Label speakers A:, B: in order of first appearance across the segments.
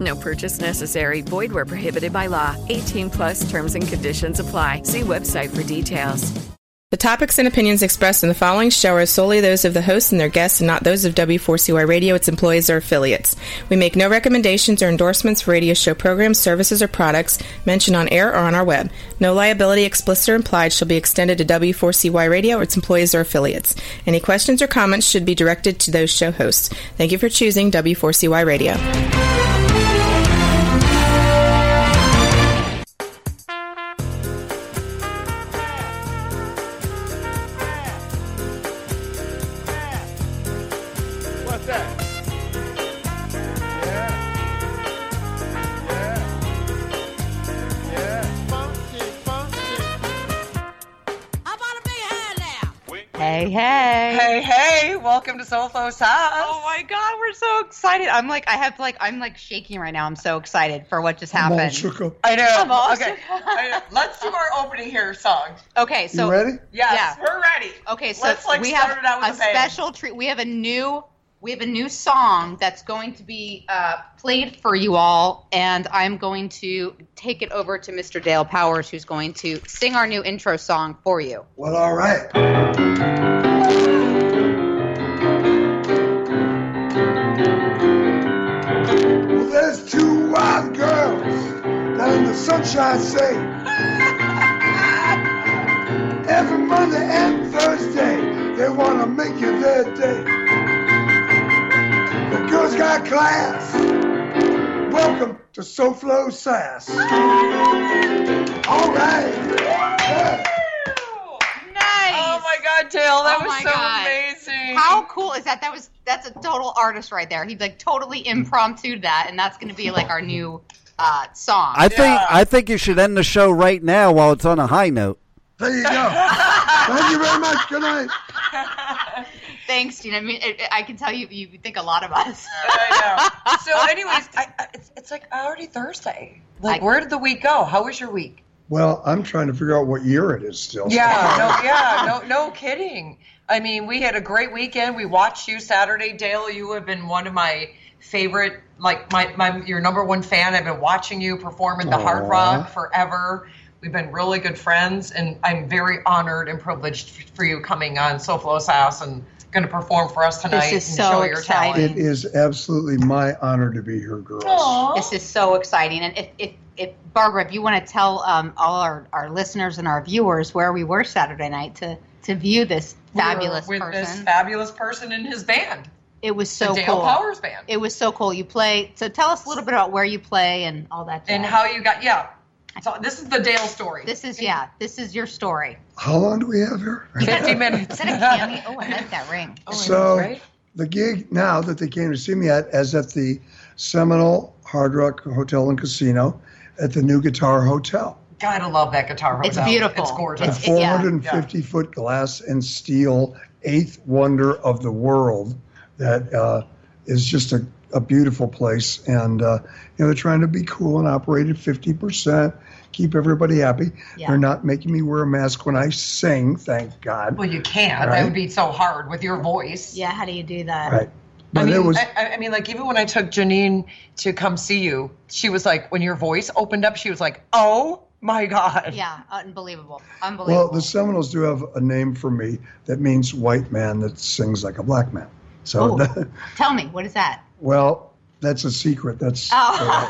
A: No purchase necessary. Void where prohibited by law. 18 plus terms and conditions apply. See website for details.
B: The topics and opinions expressed in the following show are solely those of the hosts and their guests and not those of W4CY Radio, its employees, or affiliates. We make no recommendations or endorsements for radio show programs, services, or products mentioned on air or on our web. No liability, explicit or implied, shall be extended to W4CY Radio, its employees, or affiliates. Any questions or comments should be directed to those show hosts. Thank you for choosing W4CY Radio.
C: What's that? Yeah. Yeah. Yeah. Funky, funky.
D: Hey, hey.
E: Hey, hey, welcome to Soulflo's house.
D: Oh my god, we're so excited. I'm like I have like I'm like shaking right now. I'm so excited for what just
F: Come on,
D: happened.
F: shook up.
E: I know.
D: I'm all
E: okay.
D: shook.
E: I know. Let's do our opening here song.
D: Okay, so
F: you ready?
E: Yes,
D: Yeah.
E: we're ready.
D: Okay, so
E: Let's, like,
D: we
E: start
D: have
E: it out with
D: a
E: a bang.
D: special treat. We have a new we have a new song that's going to be uh, played for you all, and I'm going to take it over to Mr. Dale Powers, who's going to sing our new intro song for you.
F: Well, all right. Well, there's two wild girls down in the Sunshine State. Every Monday and Thursday, they want to make you their day. The girls got class. Welcome to SoFlo Sass. All right. Yeah.
D: Nice.
E: Oh my God, Dale, that
D: Oh
E: was
D: my
E: so
D: God.
E: amazing.
D: How cool is that? That was that's a total artist right there. He like totally impromptu that, and that's gonna be like our new uh, song.
G: I think I think you should end the show right now while it's on a high note.
F: There you go. Thank you very much. Good night.
D: Thanks, Gina. I mean, it, it- I can tell you you think a lot of us.
E: I know. So, anyways, I, I, it's, it's like already Thursday. Like,
D: I-
E: where did the week go? How was your week?
F: Well, I'm trying to figure out what year it is still.
E: Yeah, no, yeah, no, no kidding. I mean, we had a great weekend. We watched you Saturday, Dale. You have been one of my favorite, like my, my your number one fan. I've been watching you perform at the Hard
F: Aw.
E: Rock forever. We've been really good friends, and I'm very honored and privileged f- for you coming on SoFlo's house and going to perform for us tonight
D: is
E: and
D: so
E: show your
D: exciting.
E: talent.
F: It is absolutely my honor to be here, girls.
D: This is so exciting. And if if, if Barbara, if you want to tell um, all our, our listeners and our viewers where we were Saturday night to to view this
E: We were
D: fabulous
E: with this
D: person,
E: fabulous person in his band,
D: it was so
E: the Dale
D: cool.
E: Powers band,
D: It was so cool. You play. So tell us a little bit about where you play and all that.
E: and
D: jazz.
E: how you got yeah. So this is the Dale story.
D: This is yeah. This is your story.
F: How long do we have here?
E: 50 minutes.
D: Is that a cami? Oh, I like that ring.
E: Oh,
F: so
E: that's great.
F: the gig now that they came to see me at is at the Seminole Hard Rock Hotel and Casino at the New Guitar Hotel.
E: God, I love that guitar.
D: It's
E: hotel.
D: beautiful.
E: It's
F: A
E: gorgeous.
D: It's- it- yeah.
F: 450 foot glass and steel eighth wonder of the world that uh, is just a, a beautiful place. And, uh, you know, they're trying to be cool and operate at 50%. keep everybody happy.
D: Yeah.
F: They're not making me wear a mask when I sing, thank God.
E: Well, you can't. That
F: Right.
E: would be so hard with your voice.
H: Yeah, how do you do that?
F: Right.
E: I
F: But
E: mean,
F: it was
E: I, I- I mean, like even when I took Janine to come see you, she was like, when your voice opened up, she was like, "Oh my god!"
D: Yeah, unbelievable. Unbelievable.
F: well, the Seminoles do have a name for me that means white man that sings like a black man. So,
D: Oh.
F: that-
D: Tell me, what is that?
F: well, that's a secret. That's
D: Oh.
F: I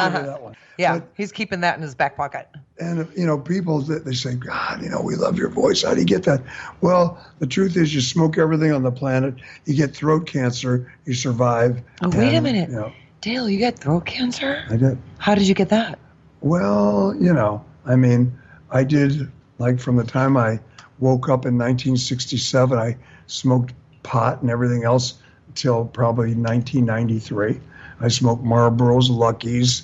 F: can't give you that one.
E: yeah, he's keeping that in his back pocket.
F: and you know people that they say god you know we love your voice how do you get that well the truth is you smoke everything on the planet you get throat cancer you survive
E: Oh, wait a
F: and,
E: minute.
F: you know,
E: Dale, you got throat cancer?
F: i did
E: How did you get that?
F: well you know i mean i did like from the time i woke up in 1967 i smoked pot and everything else until probably 1993 i smoked marlboros luckies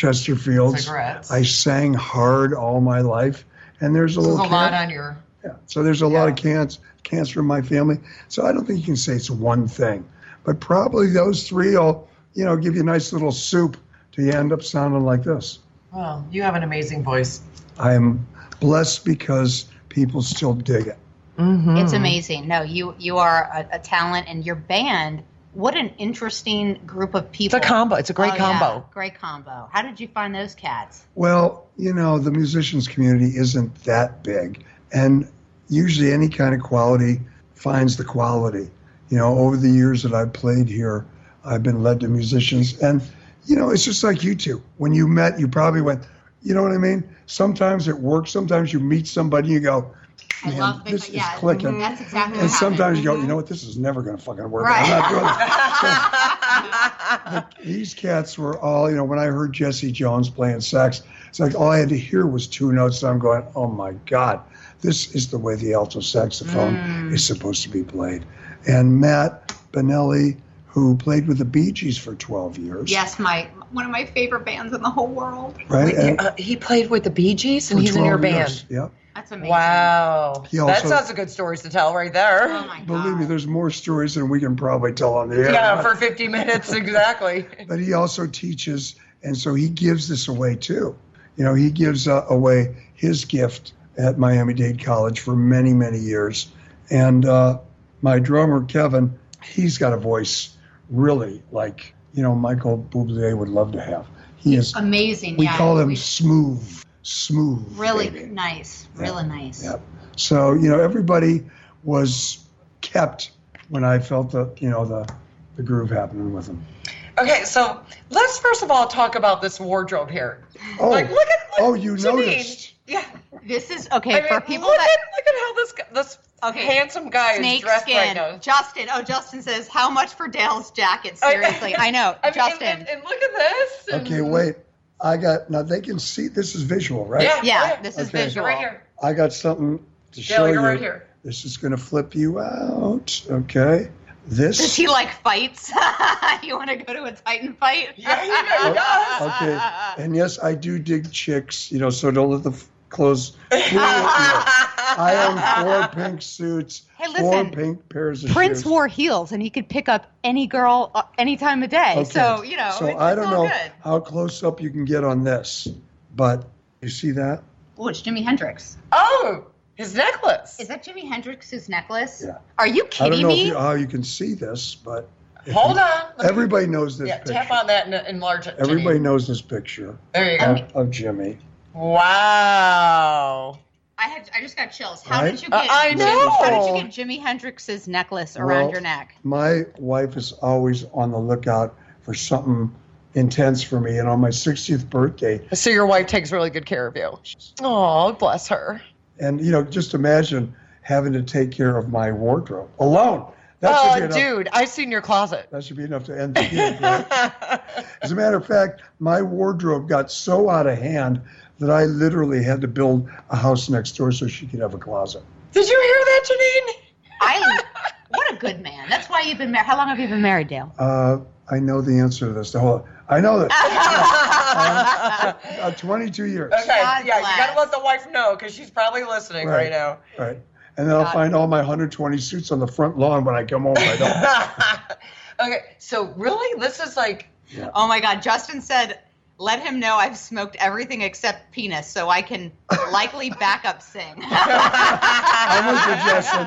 F: chesterfields
E: Cigarettes.
F: i sang hard all my life and there's a
E: There's a
F: little
E: lot
F: can-
E: on your.
F: yeah. So there's a lot of cancer, cancer in my family. So I don't think you can say it's one thing, but probably those three will, you know, give you a nice little soup till you end up sounding like this.
E: Well, you have an amazing voice.
F: I am blessed because people still dig it.
D: It's
E: Hmm.
D: amazing. No, you you are a, a talent, and your band. What an interesting group of
E: It's
D: people.
E: a combo. It's a great
D: Oh, yeah.
E: combo.
D: Great combo. How did you find those cats?
F: Well, you know, the musicians community isn't that big, and usually any kind of quality finds the quality. You know, over the years that I've played here, I've been led to musicians, and you know, it's just like you two. When you met, you probably went, you know what I mean? Sometimes it works. Sometimes you meet somebody, you go,
D: I
F: man,
D: love the-
F: this
D: yeah,
F: is clicking.
D: That's exactly.
F: And
D: what happened.
F: sometimes you go,
E: Mm-hmm.
F: you know what? This is never going to fucking work.
D: Right.
F: I'm not doing this. Like, these cats were all, you know, when I heard Jesse Jones playing sax, it's like all I had to hear was two notes. And I'm going, oh my God, this is the way the alto saxophone
E: Mm.
F: is supposed to be played. And Matt Benelli, who played with the Bee Gees for 12 years.
D: Yes, my one of my favorite bands in the whole world.
F: Right? And
E: Uh, he played with the Bee Gees and
F: for
E: he's in your
F: 12
E: band. Ah.
F: years. Yep.
D: That's amazing.
E: Wow.
F: He
E: that
F: also-
E: sounds like good stories to tell right there.
D: Oh my god.
F: Believe me, there's more stories than we can probably tell on the air.
E: yeah, for 50 minutes, exactly.
F: but he also teaches, and so he gives this away too. You know, he gives uh, away his gift at Miami Dade College for many, many years. And uh, my drummer Kevin, he's got a voice really like you know Michael Bublé would love to have. He is.
D: amazing.
F: We
D: yeah.
F: call him
D: We-
F: smooth, smooth.
D: really
F: baby.
D: nice. Really nice.
F: Yep. So you know, everybody was kept when I felt the you know the the groove happening with them.
E: Okay, so let's first of all talk about this wardrobe here.
F: Oh,
E: Like, look at what
F: oh, you
E: Janine-
F: noticed.
E: Yeah.
D: This is okay
E: I mean,
D: for people
E: look,
D: that
E: at, look at how this gu- this
D: Okay.
E: handsome guy is
D: snake
E: dressed right
D: skin.
E: now.
D: Justin. Oh, Justin says, how much for Dale's jacket?
E: I-
D: Seriously, I, know.
E: I mean,
D: Justin.
E: And, and look at this. and-
F: Okay, wait. I got now. They can see this is visual, right?
E: Yeah,
D: yeah, this is
F: Okay.
E: You're
D: visual.
E: right here.
F: I got something to show
E: Dale, you're
F: you.
E: right here.
F: This is going to flip you out. Okay. This.
D: Does he like fights? you want to go to a Titan fight?
E: Yeah, he really does.
F: okay. And yes, I do dig chicks. You know, so don't let the f- clothes. fool you. I own four pink suits.
D: Hey,
F: Four
D: listen.
F: pink pairs of
D: Prince
F: shoes.
D: wore heels, and he could pick up any girl uh, any time of day.
F: Okay.
D: So you know,
F: So
D: it's,
F: I
D: it's
F: don't
D: all
F: know
D: good.
F: how close up you can get on this, but you see that?
D: Oh, it's Jimi Hendrix.
E: Oh, his necklace.
D: Is that Jimi Hendrix's necklace?
F: Yeah.
D: Are you
F: I don't
D: kidding
F: know
D: me?
F: if you, uh, how you can see this, but if
E: Hold
F: you-
E: on. Let me-
F: Everybody knows this
E: Yeah,
F: picture.
E: tap on that and enlarge it. Janine.
F: Everybody knows this picture
E: There you go.
F: of, of Jimmy.
E: Wow.
D: I had I just got chills. How
F: Right?
D: did you
E: Uh,
D: get?
E: I know.
D: How did you get Jimi Hendrix's necklace around
F: Well,
D: your neck?
F: My wife is always on the lookout for something intense for me, and on my 60th birthday,
E: So your wife takes really good care of you. Oh, bless her.
F: and you know, just imagine having to take care of my wardrobe alone. That should be
E: Oh,
F: enough.
E: dude, I've seen your closet.
F: That should be enough to end the gig. Right? As a matter of fact, my wardrobe got so out of hand that I literally had to build a house next door so she could have a closet.
E: Did you hear that, Janine?
D: I. What a good man. That's why you've been married. How long have you been married, Dale?
F: Uh, I know the answer to this. The whole, I know this. Uh, 22 years.
E: Okay,
D: God
E: yeah,
D: bless.
E: you gotta let the wife know because she's probably listening right,
F: Right.
E: now.
F: Right. And then I'll find all my 120 suits on the front lawn when I come home. I don't.
E: okay, so really, this is like
D: Oh my God, Justin said. let him know I've smoked everything except penis, so I can likely backup sing.
F: I'm with you, Justin.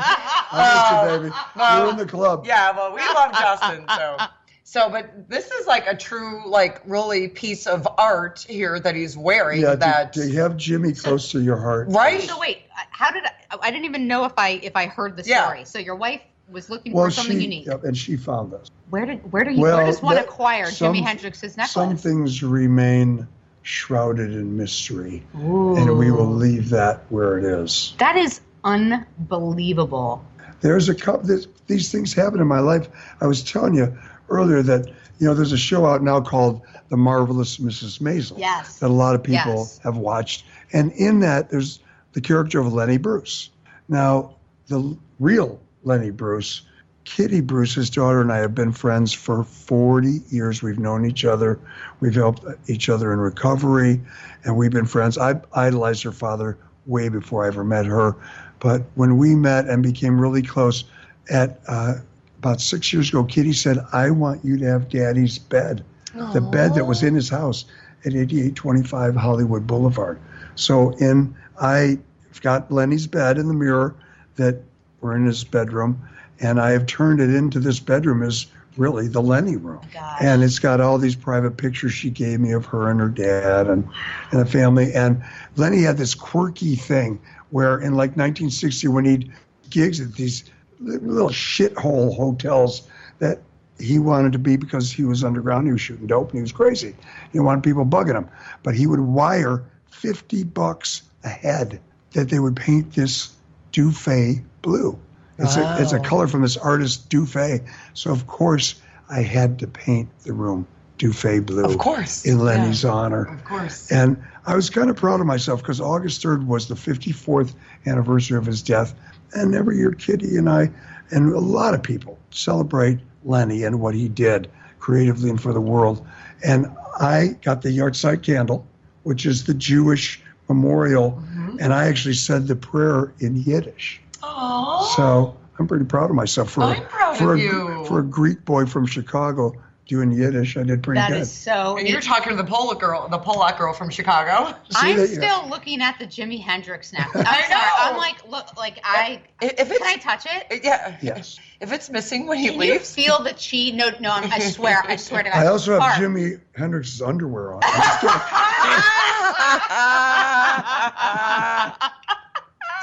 F: I'm with you, baby. You're in the club.
E: Oh, Yeah, well, we love Justin. So, so, but this is like a true, like, really piece of art here that he's wearing.
F: Yeah,
E: that
F: to, to have Jimmy close to your heart.
E: right?
D: so wait, how did I, I didn't even know if I if I heard the
E: Yeah.
D: story. So your wife was looking
F: Well,
D: for something
F: she
D: unique.
F: yep, and she found us.
D: Where did where do you
F: well,
D: where does one
F: that-
D: acquire
F: some-
D: Jimi Hendrix's necklace?
F: Some things remain shrouded in mystery, and we will leave that where it is.
D: That is unbelievable.
F: there's a couple there's, these things happen in my life i was telling you earlier that you know there's a show out now called the marvelous mrs mazel
D: Yes.
F: that a lot of people
D: Yes.
F: have watched and in that there's the character of lenny bruce now the real lenny bruce kitty bruce his daughter and i have been friends for 40 years we've known each other we've helped each other in recovery and we've been friends i idolized her father way before i ever met her but when we met and became really close, at uh, about six years ago, Kitty said, "I want you to have Daddy's bed, the bed that was in his house at 8825 Hollywood Boulevard." So in I have got Lenny's bed in the mirror that were in his bedroom, and I have turned it into this bedroom is really the Lenny room, and it's got all these private pictures she gave me of her and her dad and and the family. And Lenny had this quirky thing where in like 1960 when he'd gigs at these li- little shithole hotels that he wanted to be because he was underground he was shooting dope and he was crazy he didn't want people bugging him but he would wire 50 bucks a head that they would paint this dufay blue it's, a, it's a color from this artist dufay so of course i had to paint the room dufay blue
E: Of course.
F: in lenny's honor
E: Of course.
F: and I was kind of proud of myself because August 3rd was the 54th anniversary of his death. And every year, Kitty and I, and a lot of people, celebrate Lenny and what he did creatively and for the world. And I got the Yartzeit candle, which is the Jewish memorial. And I actually said the prayer in Yiddish.
E: Aw.
F: So I'm pretty proud of myself for,
E: I'm proud
F: for,
E: of
F: a,
E: you.
F: for a Greek boy from Chicago doing Yiddish. I did pretty
D: That
F: good.
D: is so.
E: And you're talking to the Polak girl, the Polak girl from Chicago.
D: I'm
F: that-
D: still looking at the Jimi Hendrix necklace. I'm
E: I
D: sorry.
E: know.
D: I'm like, look, like I
E: If- if it's-
D: can I touch it?
E: Yeah.
F: yes.
E: If it's missing when he
D: Can you
E: leaves,
D: feel the chi? No, no. I'm, I swear. I swear to God.
F: I also have
D: Barb,
F: Jimi Hendrix's underwear on. I'm just kidding.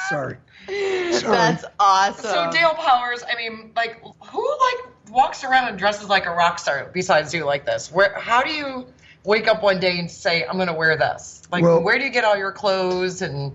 F: Sorry. Sorry.
D: That's awesome.
E: So Dale Powers, I mean, like, who like walks around and dresses like a rock star besides you like this? Where? How do you wake up one day and say, "I'm going to wear this"? Like,
F: Well-
E: where do you get all your clothes? And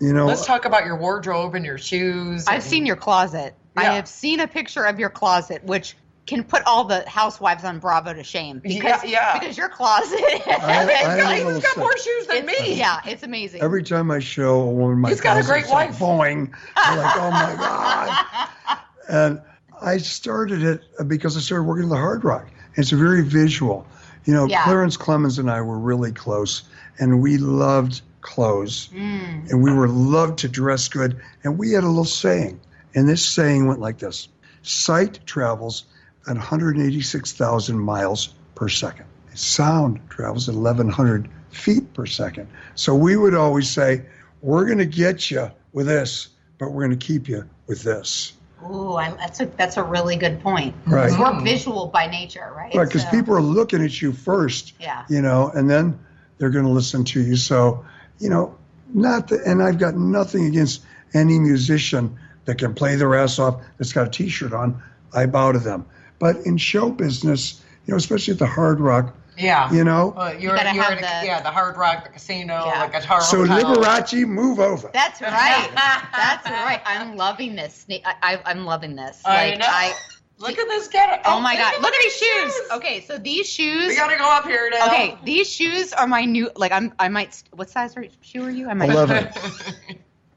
F: you know,
E: let's talk about your wardrobe and your shoes.
D: I've
E: and-
D: seen your closet. I
E: Yeah.
D: have seen a picture of your closet, which can put all the housewives on Bravo to shame because
E: Yeah, yeah.
D: because your closet.
F: I
E: Yeah,
F: am a
E: he's
F: little
E: got more
F: sick.
E: shows than
D: it's-
E: me.
D: Yeah, it's amazing.
F: every time I show a woman my
E: He's got a
F: closet,
E: great
F: it's like,
E: wife.
F: Boing. I'm like, oh my God. And I started it because I started working at the Hard Rock. It's very visual. You know,
D: Yeah.
F: Clarence Clemens and I were really close, and we loved clothes, and we were loved to dress good. And we had a little saying, and this saying went like this: "Sight travels at 186,000 miles per second. Sound travels at 1,100 feet per second." So we would always say, "We're going to get you with this, but we're going to keep you with this."
D: Ooh, I, that's a that's a really good point.
F: Right.
D: We're visual by nature, right?
F: Right, because
E: uh,
D: So-
F: people are looking at you first.
D: Yeah.
F: You know, and then they're going to listen to you. So, you know, not that, and I've got nothing against any musician that can play their ass off that's got a t shirt on. I bow to them. But in show business, you know, especially at the Hard Rock,
E: Yeah.
F: you know,
E: Well, you're,
D: gotta
E: you're
D: have
E: in a-
D: the-
E: yeah, the Hard Rock, the casino,
D: Yeah.
E: the guitar.
F: so
E: hotel.
F: Liberace, move over.
D: That's right. that's right. I'm loving this. Sna- I, I, I'm loving this.
E: I
D: Like,
E: know.
D: I,
E: Look at this getup.
D: oh my god!
E: at
D: Look at
E: these
D: these shoes.
E: shoes.
D: Okay, so these shoes.
E: We gotta go up here now.
D: Okay, these shoes are my new. Like I'm. I might. st- What size are, shoe are you? I might.
F: 11.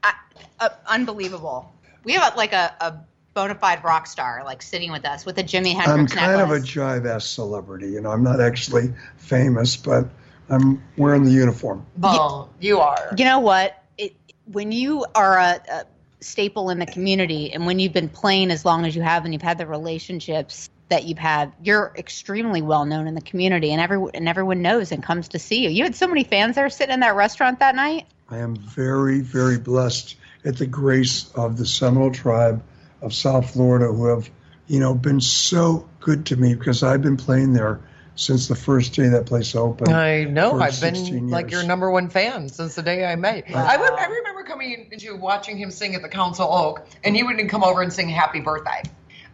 D: I, uh, unbelievable. We have a, like a, a bona fide rock star like sitting with us with a Jimi Hendrix
F: I'm kind of a
D: necklace.
F: jive ass celebrity. You know, I'm not actually famous, but I'm wearing the uniform.
E: Well, you are.
D: you know what? It, when you are a, a staple in the community and when you've been playing as long as you have and you've had the relationships that you've had, you're extremely well known in the community, and everyone and everyone knows and comes to see you. You had so many fans there sitting in that restaurant that night.
F: I am very, very blessed at the grace of the Seminole tribe of South Florida who have, you know, been so good to me because I've been playing there since the first day that place opened.
E: I know.
F: for
E: I've been
F: 16
E: like your
F: years.
E: number one fan since the day I met. you. I, would, I remember coming into watching him sing at the Council Oak, and he would come over and sing "Happy Birthday."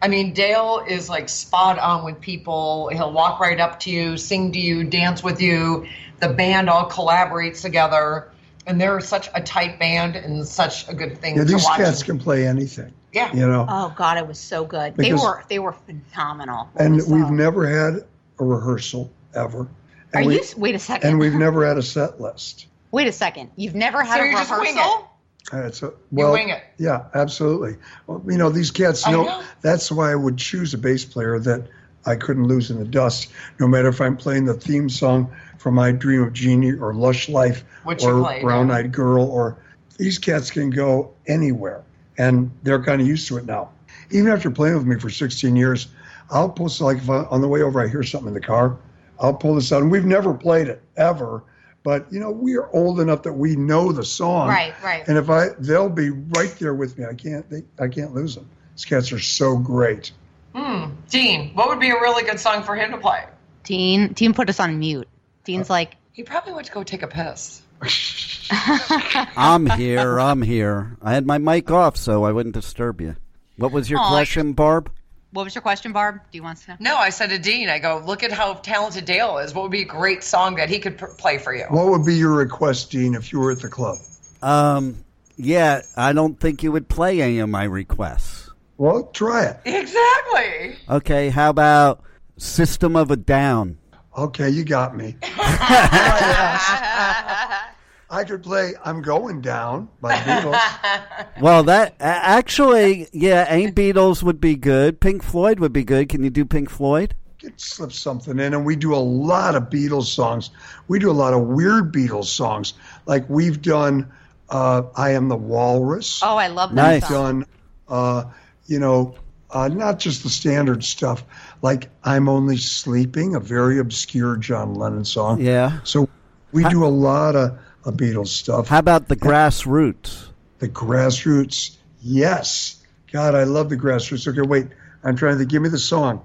E: I mean, Dale is like spot on with people. He'll walk right up to you, sing to you, dance with you. The band all collaborates together, and they're such a tight band and such a good thing
F: Yeah,
E: to
F: these
E: watch.
F: cats can play anything.
E: Yeah.
F: You know,
D: Oh God, it was so good.
F: Because-
D: they were they were phenomenal.
F: and
D: We saw.
F: we've never had a rehearsal ever.
D: Are
F: And we-
D: you? Wait a second.
F: and we've never had a set list.
D: wait a second. You've never had
E: So
D: a
E: you just
D: rehearsal.
E: wing it.
F: Uh, It's a, well,
E: wing it.
F: Yeah, absolutely. Well, you know, these cats
E: I
F: know,
E: know.
F: that's why I would choose a bass player that I couldn't lose in the dust, no matter if I'm playing the theme song for My Dream of Genie or Lush Life
E: Which you
F: or
E: played,
F: Brown
E: yeah.
F: Eyed Girl or these cats can go anywhere and they're kind of used to it now. Even after playing with me for 16 years, I'll post like if I, on the way over I hear something in the car, I'll pull this out and we've never played it ever, but you know, we are old enough that we know the song.
D: Right, right.
F: And if I, they'll be right there with me. I can't, they, I can't lose them. These cats are so great.
E: Dean, Hmm. what would be a really good song for him to play?
D: Dean, Dean put us on mute.
F: Uh,
D: Dean's like,
E: He probably went to go take a piss.
G: I'm here. I'm here. I had my mic off, so I wouldn't disturb you. What was your
D: Aw, I-
G: question, Barb?
D: "What was your question, Barb? Do you want to know?"
E: No, I said to Dean, I go, look at how talented Dale is. What would be a great song that he could p- play for you?
F: What would be your request, Dean, if you were at the club?
G: Um, yeah, I don't think you would play any of my requests.
F: Well, try it.
E: Exactly.
G: Okay, how about System of a Down?
F: Okay, you got me. I could play "I'm Going Down" by Beatles.
G: Well, that a- actually, yeah, any Beatles would be good. Pink Floyd would be good. Can you do Pink Floyd?
F: Could slip something in, and we do a lot of Beatles songs. We do a lot of weird Beatles songs, like we've done uh, "I Am the Walrus."
D: Oh, I love that
G: Nice.
D: song.
F: done, uh, you know, uh, not just the standard stuff, like I'm Only Sleeping, a very obscure John Lennon song.
G: Yeah.
F: So we do a lot of, of Beatles stuff.
G: How about the Grassroots?
F: the grassroots, yes. God, I love the grassroots. Okay, wait. I'm trying to give me the song.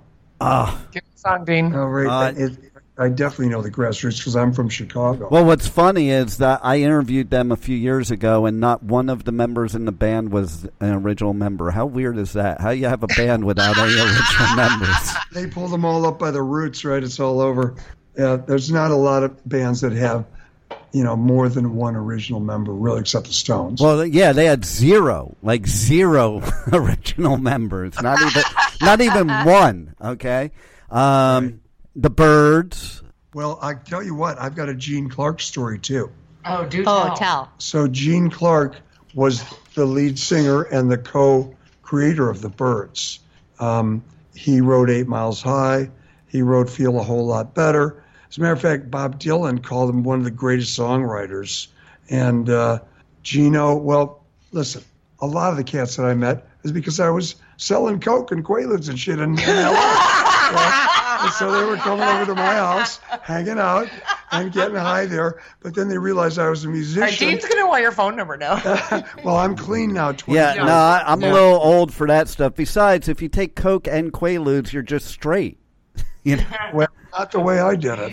E: Song, Dean.
F: All right.
G: Uh,
F: it, I definitely know the grassroots because I'm from Chicago.
G: Well, what's funny is that I interviewed them a few years ago, and not one of the members in the band was an original member. How weird is that? How you have a band without any original members?
F: they pull them all up by the roots, right? It's all over. Yeah, there's not a lot of bands that have, you know, more than one original member, really, except the Stones.
G: Well, yeah, they had zero, like zero original members. Not even, not even one. Okay, um, the Birds.
F: Well, I tell you what, I've got a Gene Clark story too.
E: Oh, do
D: Oh,
E: tell.
D: tell.
F: So Gene Clark was the lead singer and the co-creator of the Birds. Um, he wrote Eight Miles High. He wrote Feel a Whole Lot Better. As a matter of fact, Bob Dylan called him one of the greatest songwriters. And uh, Gino, well, listen, a lot of the cats that I met is because I was selling coke and quaaludes and shit in, in L.A. And so they were coming over to my house, hanging out, and getting high there. But then they realized I was a
E: All
F: musician.
E: right, Dean's going to want your phone number now.
F: Well, I'm clean now. 20
G: Yeah,
F: years.
G: no, I, I'm a little old for that stuff. Besides, if you take coke and quaaludes, you're just straight. you know?
F: Well, not the way I did it.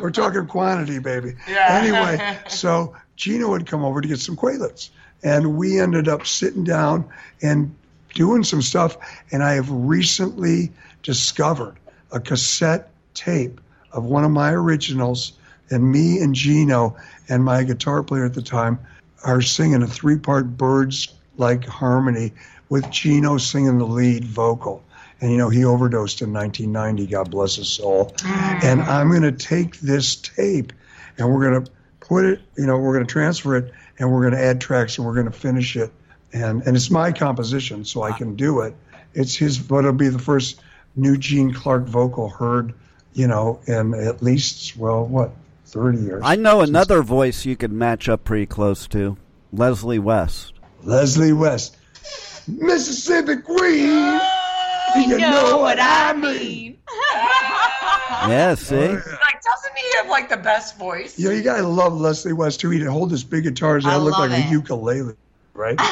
F: We're talking quantity, baby. Anyway, so Gina would come over to get some Quaaludes, and we ended up sitting down and doing some stuff. And I have recently discovered a cassette tape of one of my originals, and me and Gino and my guitar player at the time are singing a three-part birds like harmony with Gino singing the lead vocal. And you know, he overdosed in 1990, God bless his soul. And I'm going to take this tape and we're going to put it, you know, we're going to transfer it and we're going to add tracks and we're going to finish it. And and it's my composition, so I can do it. It's his, but it'll be the first new Gene Clark vocal heard, you know, in at least, well, what, 30 years.
G: I know another voice you could match up pretty close to Leslie West.
E: Oh,
F: Leslie West, Mississippi Queen.
D: You know what I mean.
G: Oh, Yeah, see?
E: Like, doesn't he have like the best voice?
F: You know, you gotta love Leslie West too. He'd hold his big guitars out, looked
D: love
F: like
D: it.
F: a ukulele, right? he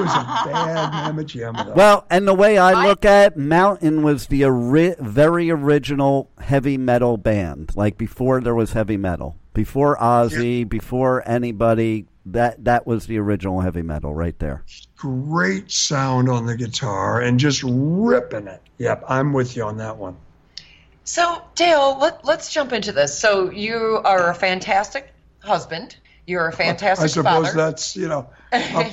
F: was a bad mamma jamma.
G: Well, and the way I look at it, Mountain was the ori- very original heavy metal band, like before there was heavy metal, before Ozzy, before anybody. That that was the original heavy metal right there.
F: Great sound on the guitar and just ripping it. Yep, I'm with you on that one.
E: So, Dale, let, let's jump into this. So, you are a fantastic husband. You're a fantastic
F: I suppose
E: father.
F: that's, you know, up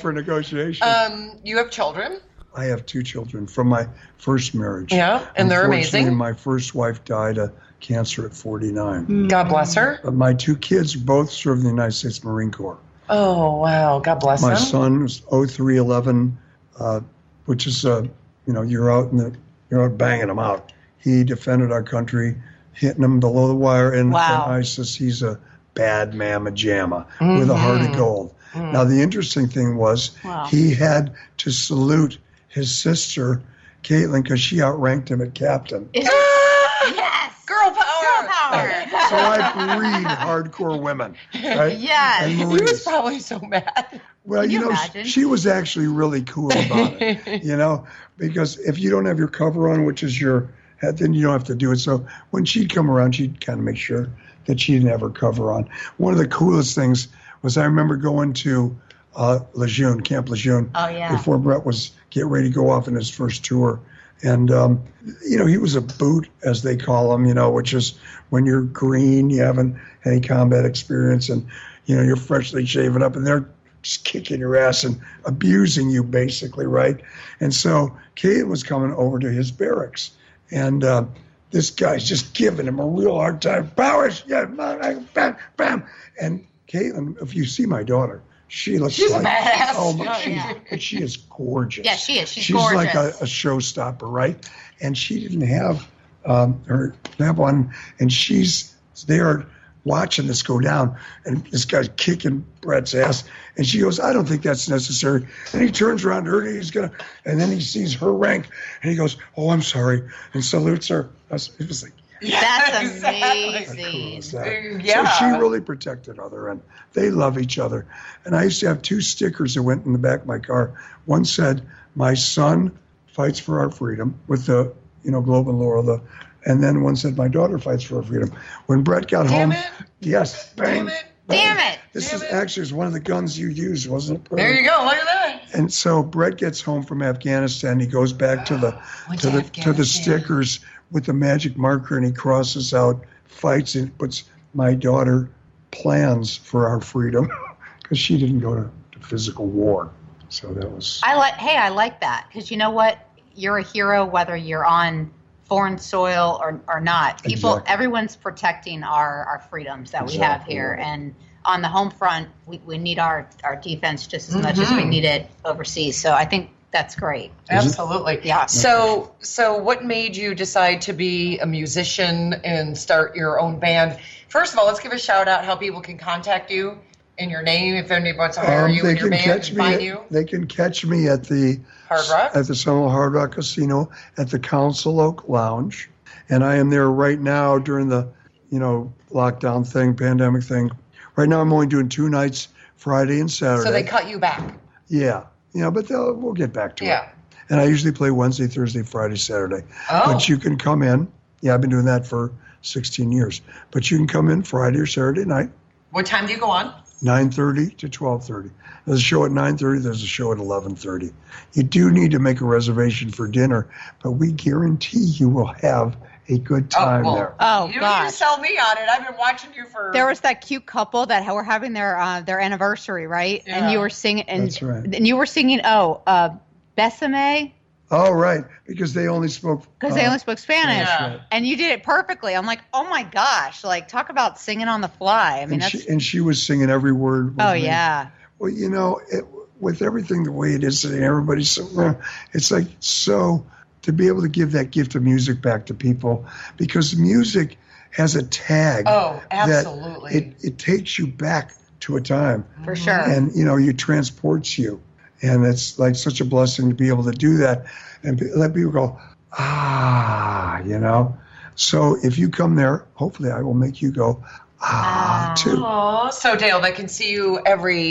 F: for negotiation.
E: Um, you have children.
F: I have two children from my first marriage.
E: Yeah, and they're
F: Unfortunately,
E: amazing.
F: My first wife died of cancer at 49.
E: God bless her.
F: But my two kids both served in the United States Marine Corps.
E: Oh, wow. God bless
F: My
E: them.
F: son was 0311, uh, which is uh, you know you're out in the you're out banging them out. He defended our country, hitting them below the wire in, in
E: Wow.
F: ISIS. He's a bad mamma jamma with
E: Mm-hmm.
F: a heart of gold.
E: Mm.
F: Now the interesting thing was he had to salute his sister Caitlin because she outranked him at captain.
D: Yes.
E: Ah! Girl power.
D: Girl power.
F: So I breed hardcore women, right?
D: Yes.
F: And
E: He was
F: Marines.
E: probably so mad.
F: Well, you,
D: you
F: know,
D: imagine?
F: she was actually really cool about it, you know, because if you don't have your cover on, which is your hat, then you don't have to do it. So when she'd come around, she'd kind of make sure that she didn't have her cover on. One of the coolest things was I remember going to uh, Lejeune, Camp Lejeune,
D: Oh, yeah.
F: before Brett was getting ready to go off on his first tour. And, um, you know, he was a boot, as they call him, you know, which is when you're green, you haven't had any combat experience, and, you know, you're freshly shaven up, and they're just kicking your ass and abusing you, basically, right? And so Kate was coming over to his barracks, and uh, this guy's just giving him a real hard time. Powers, yeah, bam, bam, bam. And Caitlin, if you see my daughter, she looks
E: She's a
F: like
E: badass.
F: oh my,
E: Yeah.
F: she's, and she is gorgeous.
D: Yeah, she is. She's
F: like a,
D: gorgeous.
F: a showstopper, right? And she didn't have um, her that one, and she's there watching this go down, and this guy's kicking Brett's ass, and she goes, "I don't think that's necessary." And he turns around to her, and he's gonna, and then he sees her rank, and he goes, "Oh, I'm sorry," and salutes her. I was, it was like,
D: That's
E: Exactly.
D: amazing.
F: is that?
E: Uh, yeah.
F: So she really protected other, and they love each other. And I used to have two stickers that went in the back of my car. One said, "My son fights for our freedom," with the you know Globe and Laurel. The, and then one said, "My daughter fights for our freedom." When Brett got
E: Damn
F: home,
E: it.
F: yes, bang,
E: Damn it.
F: bang.
D: Damn it.
F: This
E: Damn
F: is
E: it.
F: actually is one of the guns you used, wasn't it?
E: There
F: Brett?
E: you go. Look at that.
F: And so Brett gets home from Afghanistan. He goes back to the to the to the stickers with the magic marker, and he crosses out fights and puts my daughter plans for our freedom because she didn't go to, to physical war. So that was
D: I like. Hey, I like that because you know what? You're a hero whether you're on foreign soil or, or not. People,
F: Exactly.
D: everyone's protecting our, our freedoms that we have
F: Exactly
D: here,
F: right.
D: and on the home front, we, we need our our defense just as much as we
F: Mm-hmm.
D: need it overseas. So I think that's great.
E: Absolutely.
D: Yeah.
E: So, so what made you decide to be a musician and start your own band? First of all, let's give a shout out how people can contact you and your name if anybody wants to hire
F: Um,
E: you
F: they
E: and your
F: can
E: band
F: catch
E: and
F: me.
E: find
F: at-
E: you.
F: They can catch me at the
E: Hard Rock?
F: at the Seminole Hard Rock Casino at the Council Oak Lounge, and I am there right now during the you know lockdown thing, pandemic thing. Right now, I'm only doing two nights, Friday and Saturday.
E: So they cut you back.
F: yeah, yeah, but they'll, we'll get back to
E: Yeah.
F: it. And I usually play Wednesday, Thursday, Friday, Saturday.
E: Oh.
F: But you can come in. Yeah, I've been doing that for 16 years. But you can come in Friday or Saturday night.
E: What time do you go on?
F: 9.30 to 12.30 there's a show at 9.30 there's a show at 11.30 you do need to make a reservation for dinner but we guarantee you will have a good time
E: well,
F: there
D: Oh
E: you need to
D: gosh.
E: sell me on it. I've been watching you for.
D: There was that cute couple that ha- were having their uh, their anniversary, right?
E: Yeah.
D: And you were singing, and
F: That's right.
D: and you were singing. Oh, uh, Besame,
F: all right because they only spoke
D: because they
F: uh,
D: only spoke Spanish.
E: Yeah.
D: Oh, And you did it perfectly. I'm like, oh my gosh! Like, talk about singing on the fly. I mean,
F: and,
D: that's
F: she, and she was singing every word with
D: oh
F: me.
D: yeah,
F: well you know it, with everything the way it is today everybody's so eh, it's like so to be able to give that gift of music back to people because music has a tag
E: Oh,
F: that
E: absolutely.
F: it, it takes you back to a time
D: for sure.
F: and you know you transports you and it's like such a blessing to be able to do that and be- let people go ah, you know. So if you come there, hopefully I will make you go ah too.
E: Aw, so Dale, they can see you every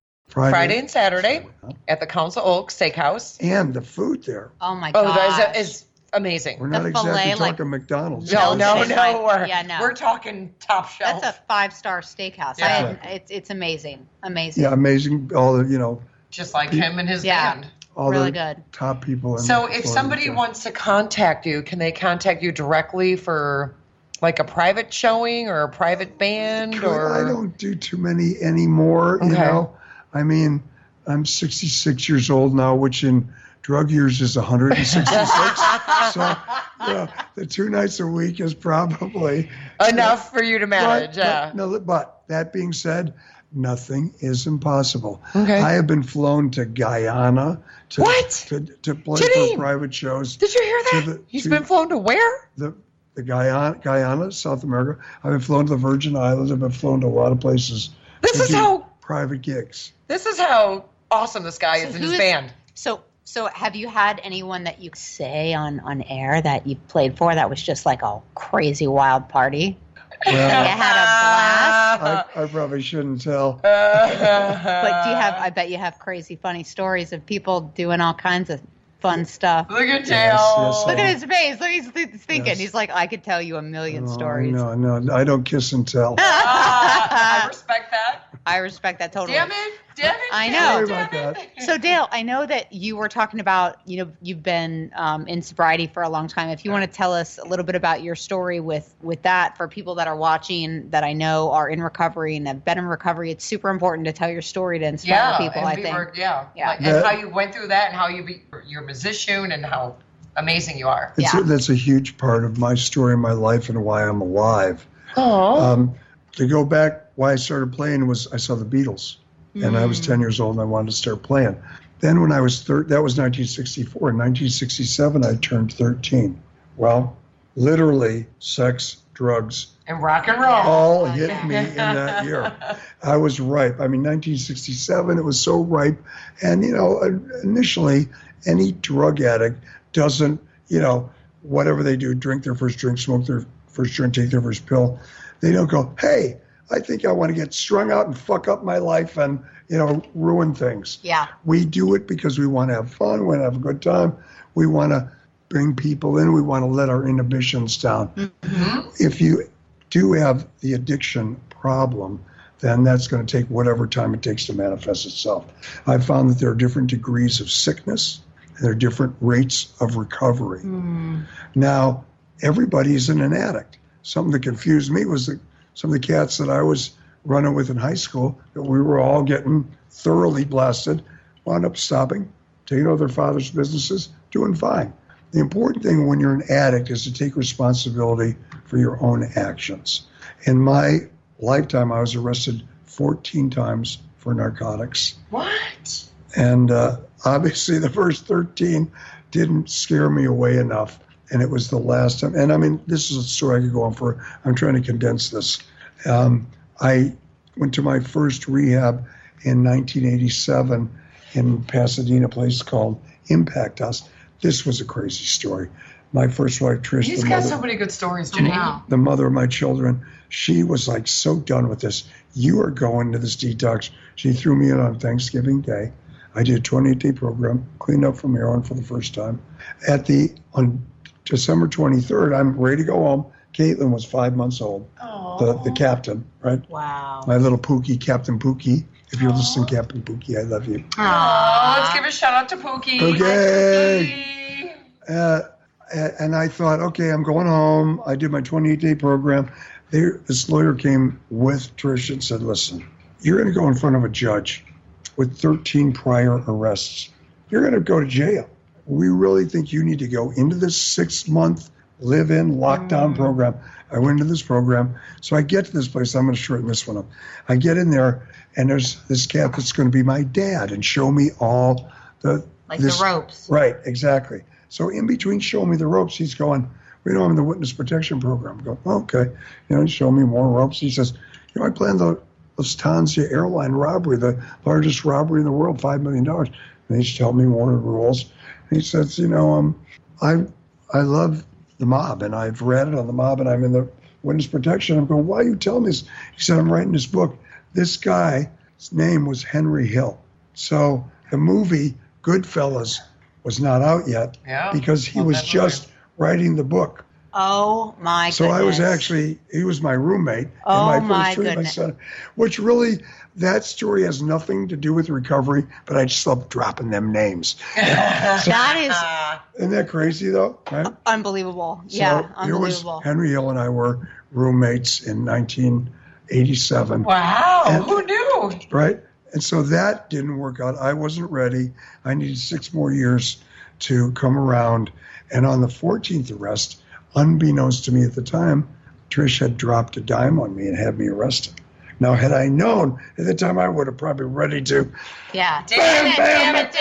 F: Friday.
E: Friday and Saturday at the Council Oak Steakhouse.
F: And the food there.
D: Oh my
E: Oh,
D: god.
E: that is, is
F: We're
E: amazing.
D: The
F: not exactly
D: filet, like-
F: talking McDonald's.
E: No, no,
D: No,
E: Oh, no.
D: like-
E: We're,
D: yeah, no.
E: we're talking top shelf.
D: That's a five star steakhouse. I
E: Yeah.
D: had- it's it's amazing, amazing.
F: Yeah, amazing. All the you know,
E: just like him and his
D: Yeah.
E: band.
F: all
D: Really
F: the
D: good.
F: top people. In
E: So
F: Florida
E: if somebody
F: there.
E: wants to contact you, can they contact you directly for like a private showing or a private band
F: Could-
E: or
F: I don't do too many anymore. You
E: Okay.
F: know, I mean, I'm 66 years old now, which in drug years is 166. so you know, the two nights a week is probably
E: enough for you to manage?
F: But,
E: Yeah.
F: but, no, but that being said, nothing is impossible.
E: Okay.
F: I have been flown to Guyana to
E: What?
F: to, to play
E: Janine!
F: for private shows.
E: Did you hear that?
F: To the-
E: He's
F: to-
E: been flown to where?
F: the the Guyana, Guyana, South America. I've been flown to the Virgin Islands. I've been flown to a lot of places.
E: This
F: to
E: is
F: do
E: how
F: private gigs.
E: this is how awesome this guy
D: So
E: is in
D: who
E: his
D: is-
E: band.
D: So so have you had anyone that you say on on air that you played for that was just like a crazy wild party?
F: Well,
D: I had a blast.
F: I, I probably shouldn't tell.
D: But do you have? I bet you have crazy funny stories of people doing all kinds of fun stuff.
E: Look at Dale.
F: yes,
D: Look
F: I-
D: at his face. Look, he's th- thinking.
F: Oh. Yes.
D: He's like, I could tell you a million
F: Oh,
D: stories.
F: No, no, I don't kiss and tell.
E: Ah, I respect that.
D: I respect that totally.
E: Damn it! Damn it!
D: I
E: damn
D: know.
E: it,
F: Sorry about
E: damn it.
D: So Dale, I know that you were talking about you know you've been um, in sobriety for a long time. If you want to tell us a little bit about your story with with that for people that are watching that I know are in recovery and have been in recovery, it's super important to tell your story to inspire
E: yeah,
D: people.
E: and
D: I
E: we
D: think.
E: were- yeah,
D: Yeah.
E: Like,
F: Yeah.
E: and how you went through that, and how you be, you're a musician, and how amazing you are.
F: It's
D: Yeah.
F: a, that's a huge part of my story, my life, and why I'm alive. Um, to go back, why I started playing was I saw the Beatles, and I was 10 years old, and I wanted to start playing. Then when I was thir- that was 1964. In 1967, I turned 13. Well, literally, sex, drugs,
E: And rock and roll.
F: all hit me in that year. I was ripe. I mean, 1967, it was so ripe. And, you know, uh, initially, any drug addict doesn't, you know, whatever they do, drink their first drink, smoke their first joint, take their first pill, they don't go, hey, I think I want to get strung out and fuck up my life and, you know, ruin things.
D: yeah.
F: We do it because we want to have fun, we want to have a good time, we want to bring people in, we want to let our inhibitions down. If you do have the addiction problem, then that's going to take whatever time it takes to manifest itself. I found that there are different degrees of sickness, and there are different rates of recovery. Now, everybody isn't an addict. Something that confused me was that some of the cats that I was running with in high school, that we were all getting thoroughly blasted, wound up stopping, taking over their father's businesses, doing fine. The important thing when you're an addict is to take responsibility for your own actions. In my lifetime, I was arrested 14 times for narcotics.
E: What?
F: And uh, obviously, the first 13 didn't scare me away enough. And it was the last time. And I mean, this is a story I could go on for. I'm trying to condense this. Um, I went to my first rehab in 1987 in Pasadena, a place called Impact House. This was a crazy story. My first wife, Trish,
E: He's
F: the
E: got
F: mother-
E: so many good stories, Janine.
F: the mother of my children, she was like so done with this. You are going to this detox. She threw me in on Thanksgiving Day. I did a 28 day program, cleaned up from heroin for the first time. At the on December 23rd, I'm ready to go home. Caitlin was five months old, the, the captain, right?
E: Wow.
F: My little Pookie, Captain Pookie. If you're listening, Captain Pookie, I love you.
E: Aw, Oh, let's give a shout out to Pookie. Hi,
F: Pookie.
E: Pookie.
F: uh, and I thought, okay, I'm going home. I did my 28 day program. They, this lawyer came with Trish and said, listen, you're going to go in front of a judge with 13 prior arrests. You're going to go to jail. We really think you need to go into this six month live in
E: Mm.
F: lockdown program. I went into this program. So I get to this place. I'm going to shorten this one up. I get in there, and there's this cat that's going to be my dad and show me all the.
E: Like the ropes.
F: Right, exactly. So in between show me the ropes, he's going, we know I'm in the witness protection program. I go, okay. You know, show me more ropes. He says, you know, I planned the Lufthansa airline robbery, the largest robbery in the world, $5 million. And he's telling me more rules. And he says, you know, um, I, I love the mob and I've read it on the mob and I'm in the witness protection. I'm going, why are you telling me this? He said, I'm writing this book. This guy's name was Henry Hill. So the movie Goodfellas was not out yet
E: Yeah.
F: because he
E: Well,
F: was
E: that's
F: just writing the book.
D: Oh my
F: So I was
D: goodness.
F: actually he was my roommate
D: Oh,
F: in my
D: my
F: first treatment
D: goodness.
F: center, which really that story has nothing to do with recovery, but I just love dropping them names.
D: That is
E: Ah,
F: Isn't that crazy though? Right?
D: unbelievable. Oh, yeah,
F: so here was
D: unbelievable.
F: Henry Hill and I were roommates in 1987.
E: wow. Who knew?
F: right? And so that didn't work out. I wasn't ready. I needed six more years to come around. And on the 14th arrest, unbeknownst to me at the time, Trish had dropped a dime on me and had me arrested. Now, had I known at the time, I would have probably ready to.
D: yeah.
E: Damn it,
F: bam,
E: damn it,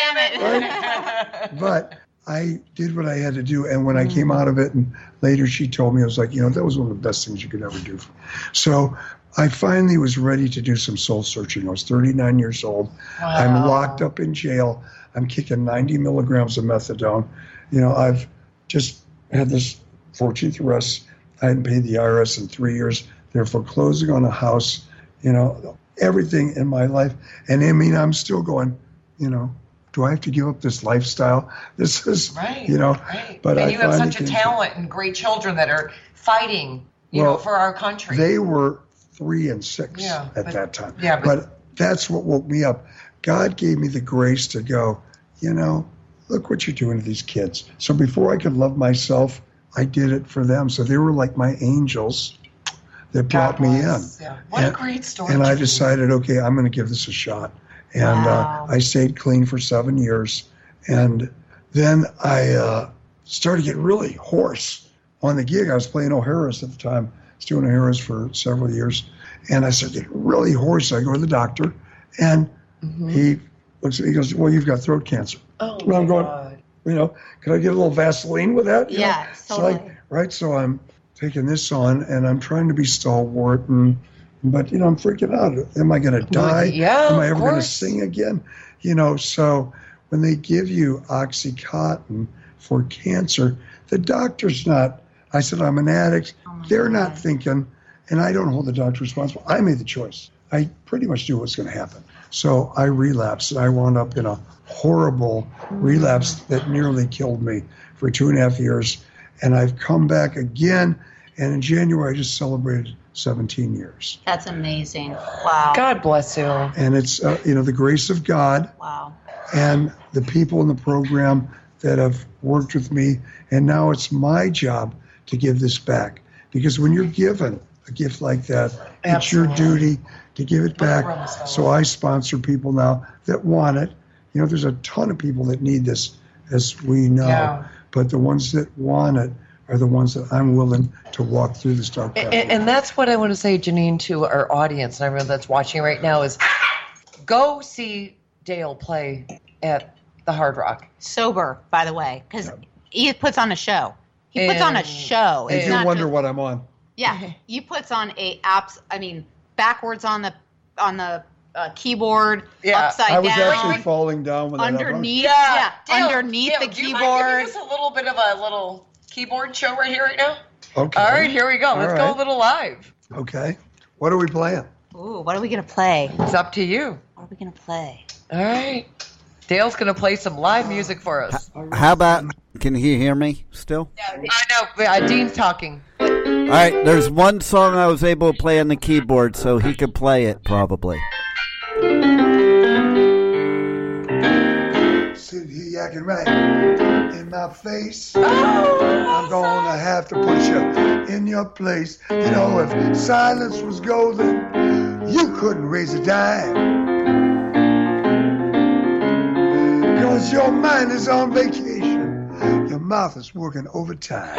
E: damn it.
F: But I did what I had to do. And when I came out of it, and later she told me, I was like, you know, that was one of the best things you could ever do. For me. So I finally was ready to do some soul searching. I was 39 years old. I'm locked up in jail. I'm kicking 90 milligrams of methadone. You know, I've just had this 14th arrest. I hadn't paid the IRS in three years. They're foreclosing on a house. You know, everything in my life. And I mean, I'm still going, you know, do I have to give up this lifestyle? This is,
E: Right.
F: you know,
E: right.
F: but
E: and
F: I
E: you have
F: finally
E: such a
F: came to-
E: talent and great children that are fighting, you
F: Well,
E: know, for our country.
F: They were three and six
E: Yeah,
F: at
E: but-
F: that time.
E: yeah,
F: but,
E: but-
F: that's what woke me up. God gave me the grace to go, you know, look what you're doing to these kids. So before I could love myself, I did it for them. So they were like my angels that
E: God
F: brought me in.
E: bless. Yeah. What
F: And-
E: a great story.
F: And I
E: Judy.
F: decided, okay, I'm going to give this a shot. And
E: Wow.
F: uh, I stayed clean for seven years. And then I uh, started getting really hoarse on the gig. I was playing O'Hara's at the time, I was doing O'Hara's for several years. And I started getting really hoarse. I go to the doctor, and
D: Mm-hmm.
F: he looks at me, he goes, Well, you've got throat cancer.
E: Oh,
F: and I'm
E: my
F: going,
E: God.
F: You know, could I get a little Vaseline with that? You know?
D: Yeah,
F: It's like-
D: totally.
F: right? So I'm taking this on and I'm trying to be stalwart and but you know, I'm freaking out. Am I gonna die?
E: yeah,
F: Am I
E: of
F: ever gonna
E: course.
F: sing again? You know, so when they give you Oxycontin for cancer, the doctor's not I said I'm an addict.
E: Oh
F: They're not thinking and I don't hold the doctor responsible. I made the choice. I pretty much knew what's gonna happen. So I relapsed and I wound up in a horrible relapse that nearly killed me for two and a half years and I've come back again. And in January, I just celebrated 17 years.
D: That's amazing. Wow.
E: God bless you.
F: And it's uh, you know the grace of God
D: Wow.
F: and the people in the program that have worked with me. And now it's my job to give this back because when you're given a gift like that, it's your duty to give it back. So I sponsor people now that want it. You know, there's a ton of people that need this, as we know.
E: Yeah.
F: But the ones that want it are the ones that I'm willing to walk through this dark path.
E: And, and that's what I want to say, Janine, to our audience, and everyone that's watching right now, is go see Dale play at the Hard Rock.
D: Sober, by the way, because he puts on a show. He puts on a
E: And-
D: show.
E: and
D: It's
F: you
D: not
F: wonder
D: just-
F: what I'm on.
D: Yeah, he puts on a apps. I mean, backwards on the on the uh, keyboard,
E: Yeah,
D: upside
F: I was
D: down,
F: actually falling down when
D: underneath.
E: Yeah,
D: Yeah,
E: Dale,
D: underneath
E: Dale,
D: the
E: do you mind giving
D: keyboard.
E: us a little bit of a little keyboard show right here, right now.
F: That okay.
E: All right, here we go.
F: All
E: Let's go
F: right.
E: a little live.
F: Okay. What are we playing?
D: Ooh, what are we gonna play?
E: It's up to you.
D: What are we gonna play?
E: All right. Dale's gonna play some live music for us.
G: How about Can he hear me still?
E: I know. but, Uh, Dean's talking.
G: All right, there's one song I was able to play on the keyboard, so he could play it probably.
F: Sit here yakking right in my face.
E: Oh,
F: I'm gonna have to put you in your place. You know, if silence was golden, you couldn't raise a dime. Cause your mind is on vacation, your mouth is working overtime.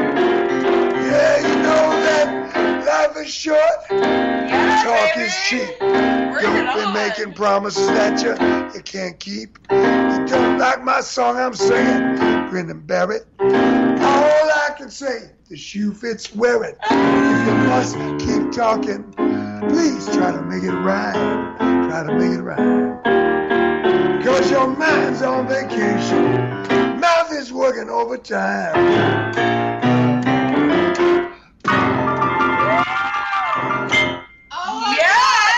F: Yeah, you know that life is short. Talk is cheap. Don't be making promises that you, you can't keep. You don't like my song I'm singing, Brendan Barrett. All I can say, the shoe fits wearing. You must keep talking. Please try to make it right. Try to make it right. Cause your mind's on vacation. Mouth is working overtime.
D: Oh
E: Yeah!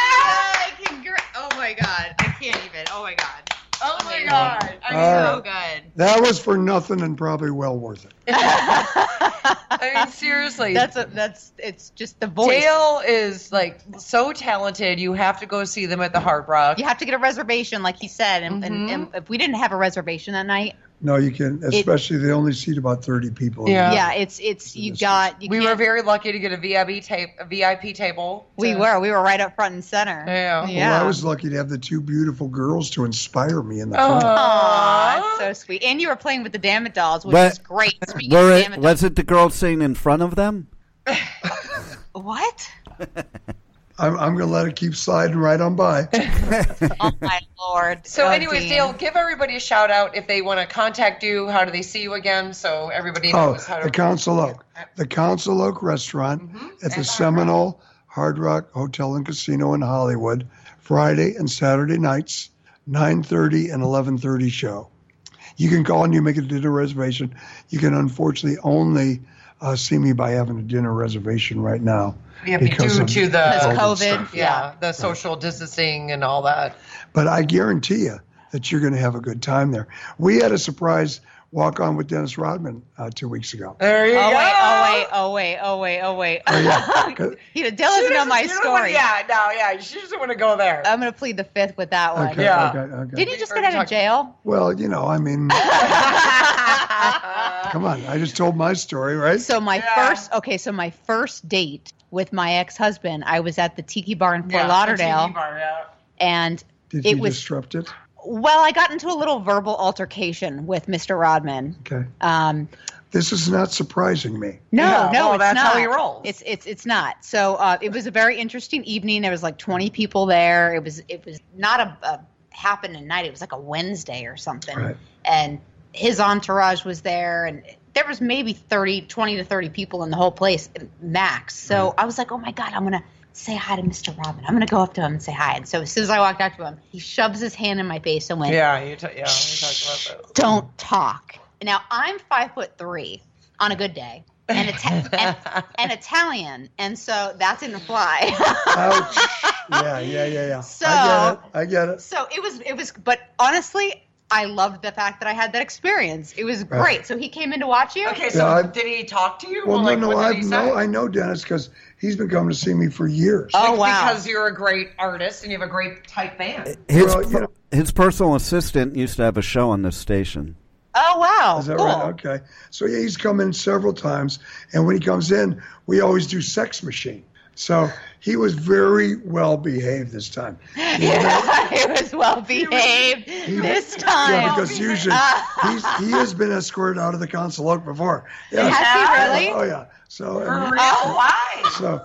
D: my Oh god! Congra- oh my god! I can't even. Oh my god!
E: Oh my
D: Amazing.
E: God. I mean,
F: All
D: So
F: right.
D: good.
F: That was for nothing and probably well worth it.
E: I mean seriously.
D: That's a that's it's just the voice.
E: Dale is like so talented. You have to go see them at the Hard Rock.
D: You have to get a reservation, like he said, and, and, and
E: Mm-hmm.
D: if we didn't have a reservation that night,
F: No, you can, especially they only seat about 30 people. in
E: Yeah.
F: there.
D: yeah, it's it's you got. You
E: we were
D: can't-
E: very lucky to get a VIP tape, a VIP table.
D: We
E: to-
D: were we were right up front and center.
E: Yeah.
D: yeah.
F: Well, I was lucky to have the two beautiful girls to inspire me in the
E: Oh.
F: front.
D: Aw, that's so sweet. And you were playing with the Dammit dolls, which
G: But-
D: is great. Speaking
G: Were
D: of
G: it,
D: Dammit dolls,
G: was it the girl singing in front of them?
D: what?
F: I'm, I'm going to let it keep sliding right on by.
D: Oh my lord.
E: So,
D: Oh,
E: anyways,
D: Dean.
E: Dale, give everybody a shout out if they want to contact you. How do they see you again? So everybody
F: Oh,
E: knows how to.
F: the Council Oak. The Council Oak Restaurant
E: Mm-hmm.
F: at the Seminole Hard Rock Hotel and Casino in Hollywood, Friday and Saturday nights, 9.30 and 11.30 show. You can call and you make a dinner reservation. You can unfortunately only uh, see me by having a dinner reservation right now.
E: Yeah, be
F: because
E: due
F: of
E: to the-
F: COVID
D: COVID.
F: stuff.
E: yeah, the social distancing and all that.
F: But I guarantee you that you're going to have a good time there. We had a surprise walk on with Dennis Rodman uh, two weeks ago.
E: There you
D: Oh
E: go.
D: wait, oh wait, oh wait, oh wait, oh wait.
F: yeah. 'Cause-
D: He- Dale doesn't know my
E: You don't wanna-
D: story. Oh,
E: yeah, no, yeah. She doesn't want to go there.
D: I'm gonna plead the fifth with that one.
F: Okay,
E: Yeah.
F: okay, okay.
D: Didn't he just
E: We've
D: get out of
E: already
D: jail?
F: Well, you know, I mean, come on. I just told my story, right?
D: So my
E: Yeah.
D: first okay, so my first date with my ex husband, I was at the Tiki Bar in Fort
E: Yeah,
D: Lauderdale,
E: TV bar, yeah.
D: and
F: Did
D: it
F: you
D: was
F: disrupt it?
D: well, I got into a little verbal altercation with Mr. Rodman.
F: Okay.
D: Um,
F: This is not surprising me.
D: No,
E: Yeah,
D: no,
E: well,
D: it's
E: that's
D: not.
E: how he rolls.
D: It's it's it's not. So uh, it was a very interesting evening. There was like twenty people there. It was it was not a, a happening night. It was like a Wednesday or something.
F: Right.
D: And his entourage was there, and there was maybe 30, 20 to thirty people in the whole place max. So I was like, oh my god, I'm gonna say hi to Mr. Robin. I'm gonna go up to him and say hi. And so as soon as I walked up to him, he shoves his hand in my face and went,
E: Yeah, you t- yeah, we talked about that.
D: don't talk. Now I'm five foot three on a good day, and, Ita- and, and Italian, and so that didn't fly.
F: Ouch. yeah, yeah, yeah, yeah.
D: So-
F: I get it. I get it.
D: so it was, it was, but honestly, I loved the fact that I had that experience. It was
F: Right.
D: great. So he came in to watch you.
E: Okay,
F: Yeah,
E: so
F: I-
E: did he talk to you?
F: Well,
E: Or, like,
F: no, no,
E: what
F: I
E: did he say?
F: know, I know Dennis because he's been coming to see me for years.
D: Oh
E: Like,
D: wow!
E: Because you're a great artist and you have a great tight band.
G: His
F: Well, you
G: per-
F: know-
G: his personal assistant used to have a show on this station.
D: oh wow!
F: Is that
D: cool.
F: right? Okay. So yeah, he's come in several times, and when he comes in, we always do Sex Machine. So he was very well behaved this time.
D: Yeah, it was well behaved this time.
F: Yeah, because usually he's, "Uh, he has been escorted out of the consulate before. Yeah.
D: Has he really?
F: Oh yeah. So I mean,
E: Oh, why?
F: so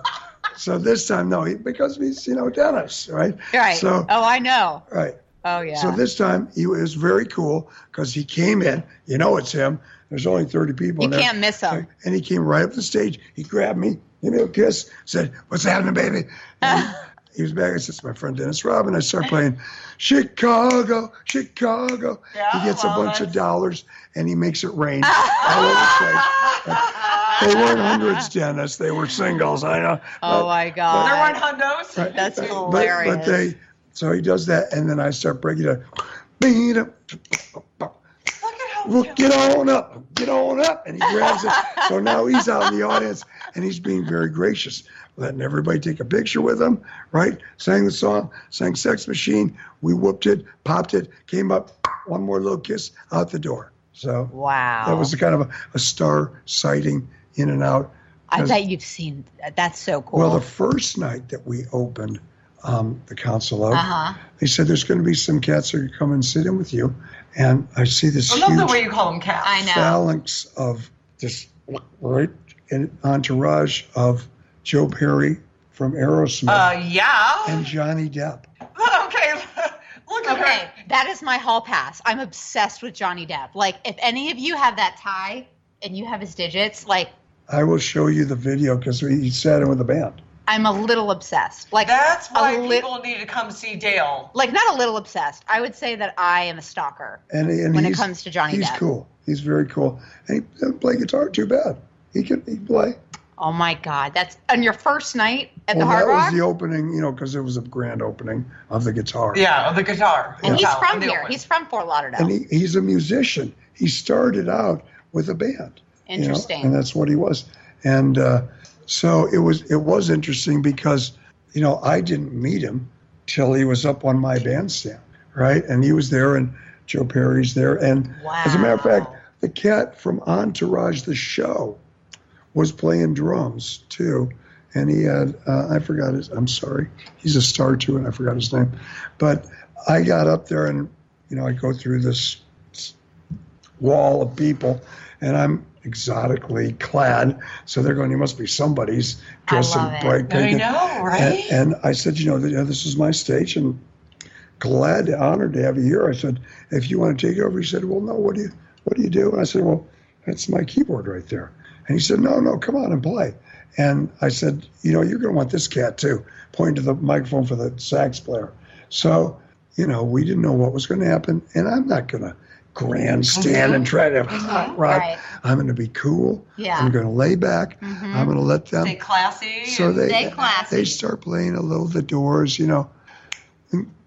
F: so this time no, he, because he's you know Dennis, right?
D: right.
F: So
D: oh, I know.
F: right.
D: Oh yeah.
F: So this time he was very cool because he came in. You know it's him. There's only 30 people.
D: you
F: in there.
D: can't miss him.
F: And he came right up the stage. He grabbed me, Give me a kiss. Said, What's happening, baby? And he was back. I said, It's my friend Dennis Robin. I start playing Chicago, Chicago.
E: Yeah,
F: he gets
E: well,
F: a bunch
E: that's-
F: of dollars and he makes it rain all over the place. They weren't hundreds, Dennis. They were singles. I know.
D: Oh
F: But-
D: my
E: There
D: god.
E: weren't hundos.
F: Right.
D: That's
F: But- but-
D: hilarious.
F: But, they, so he does that, and then I start breaking it up.
E: Look at how
F: Well, get on up, get on up, and he grabs it. So now he's out in the audience, and he's being very gracious, letting everybody take a picture with him. Right? Sang the song, sang "Sex Machine." We whooped it, popped it, came up, one more little kiss, out the door. So
D: wow.
F: that was kind of a, a star sighting in and out.
D: I bet you've seen. That's so cool.
F: Well, the first night that we opened um, the council up,
D: uh-huh.
F: they said there's going to be some cats that are going to come and sit in with you, and I see this
E: I love the
F: huge
E: way you call them cats.
D: I know.
F: phalanx of just right an entourage of Joe Perry from Aerosmith
D: Oh,
E: Uh, yeah.
F: and Johnny Depp.
E: okay. Look at
D: Okay,
E: her.
D: that is my hall pass. I'm obsessed with Johnny Depp. Like, if any of you have that tie and you have his digits, like,
F: I will show you the video because he sat in with the band.
D: I'm a little obsessed. Like,
E: That's why
D: a lit-
E: people need to come see Dale.
D: like not a little obsessed. I would say that I am a stalker.
F: And, and
D: When it
F: he's-
D: comes to Johnny
F: he's
D: Depp.
F: cool. He's very cool, and he doesn't play guitar too bad. He can he can play.
D: Oh my god, that's on your first night at
F: well,
D: the Hard
F: that
D: Rock.
F: was the opening, you know, because it was a grand opening of the guitar.
E: Yeah, the guitar.
D: and he's
E: Yeah.
D: from
E: The
D: here.
E: one.
D: He's from Fort Lauderdale.
F: and he, he's a musician. He started out with a band. you know,
D: Interesting.
F: and that's what he was. And uh, so it was it was interesting because you know I didn't meet him till he was up on my bandstand, right? And he was there, and Joe Perry's there, and as a matter of fact,
D: Wow.
F: the cat from Entourage, the show, was playing drums too. And he had, uh, I forgot his, I'm sorry, he's a star too, and I forgot his name. But I got up there and, you know, I go through this wall of people and I'm exotically clad. So they're going, you must be somebody's dressed in
D: love it.
F: bright
E: I
F: pink.
E: know, right?
F: And, and I said, you know, th- this is my stage and glad, honored to have you here. I said, if you want to take over, he said, well, no, what do you, what do you do? And I said, well, that's my keyboard right there. And he said, no, no, come on and play. And I said, you know, you're going to want this cat too, pointing to the microphone for the sax player. So, you know, we didn't know what was going to happen. And I'm not going to grandstand and try to hot rock.
D: Uh-huh. right.
F: I'm going to be cool.
D: Yeah. Mm-hmm.
F: I'm going to lay back. I'm going to let them
E: Stay classy.
F: so
E: and-
F: they
D: Stay classy.
F: they start playing a little the doors, you know.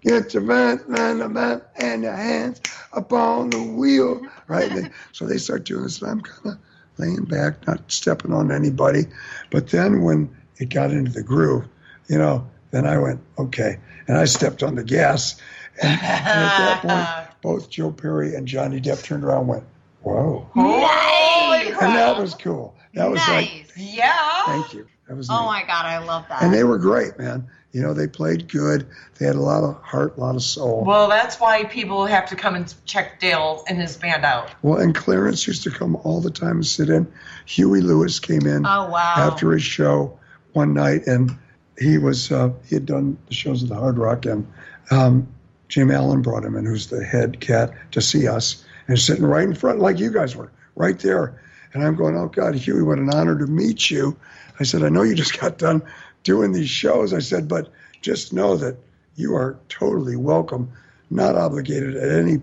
F: Get your man and the man and your hands upon the wheel, right? And they- so they start doing this, and I'm kind of laying back, not stepping on anybody. But then when it got into the groove, you know, then I went okay, and I stepped on the gas, and, and at that point, both Joe Perry and Johnny Depp turned around, and went, "Whoa!"
E: Holy
D: Nice.
F: And that
E: crap.
F: was cool. That was like,
D: nice.
E: Yeah.
F: thank you. That was
D: oh
F: neat.
D: my god, I love that.
F: And they were great, man. You know, they played good. They had a lot of heart, a lot of soul. Well,
E: Well, that's why people have to come and check Dale and his band out.
F: and Clarence used to come all the time and sit in. Huey Lewis came in
D: oh wow.
F: after his show one night, and he was uh, he had done the shows at the Hard Rock, and um, Jim Allen brought him in, who's the head cat, to see us, and sitting right in front, like you guys were, right there. And I'm going, oh God, Huey, what an honor to meet you. I said, I know you just got done doing these shows. I said, but just know that you are totally welcome, not obligated at any,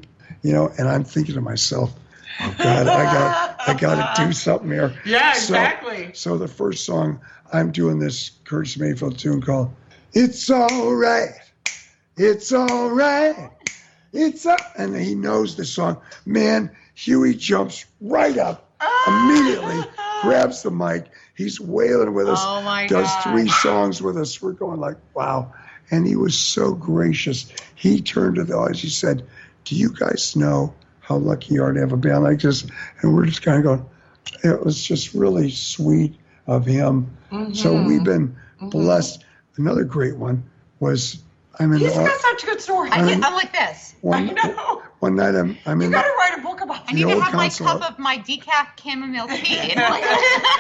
F: you know. And I'm thinking to myself, oh God, I got, I got to do something here.
E: Yeah,
F: So-
E: exactly.
F: so the first song I'm doing this Curtis Mayfield tune called "It's All Right, It's All Right, It's Up," and he knows the song. Man, Huey jumps right up immediately, grabs the mic. He's wailing with us.
D: Oh, my
F: does
D: God.
F: three songs with us. We're going like, wow. And he was so gracious. He turned to the audience. He said, "Do you guys know how lucky you are to have a band like this?" And we're just kind of going it was just really sweet of him. So we've been blessed. Another great one was I'm in
E: He's
F: the,
E: got such good stories.
D: I am like this.
F: one,
E: I know.
F: one night I'm I'm
E: You
F: in
E: got to
F: the,
E: write a book about
D: I need to
F: old
D: have my
F: consulate.
D: cup of my decaf chamomile tea. And like,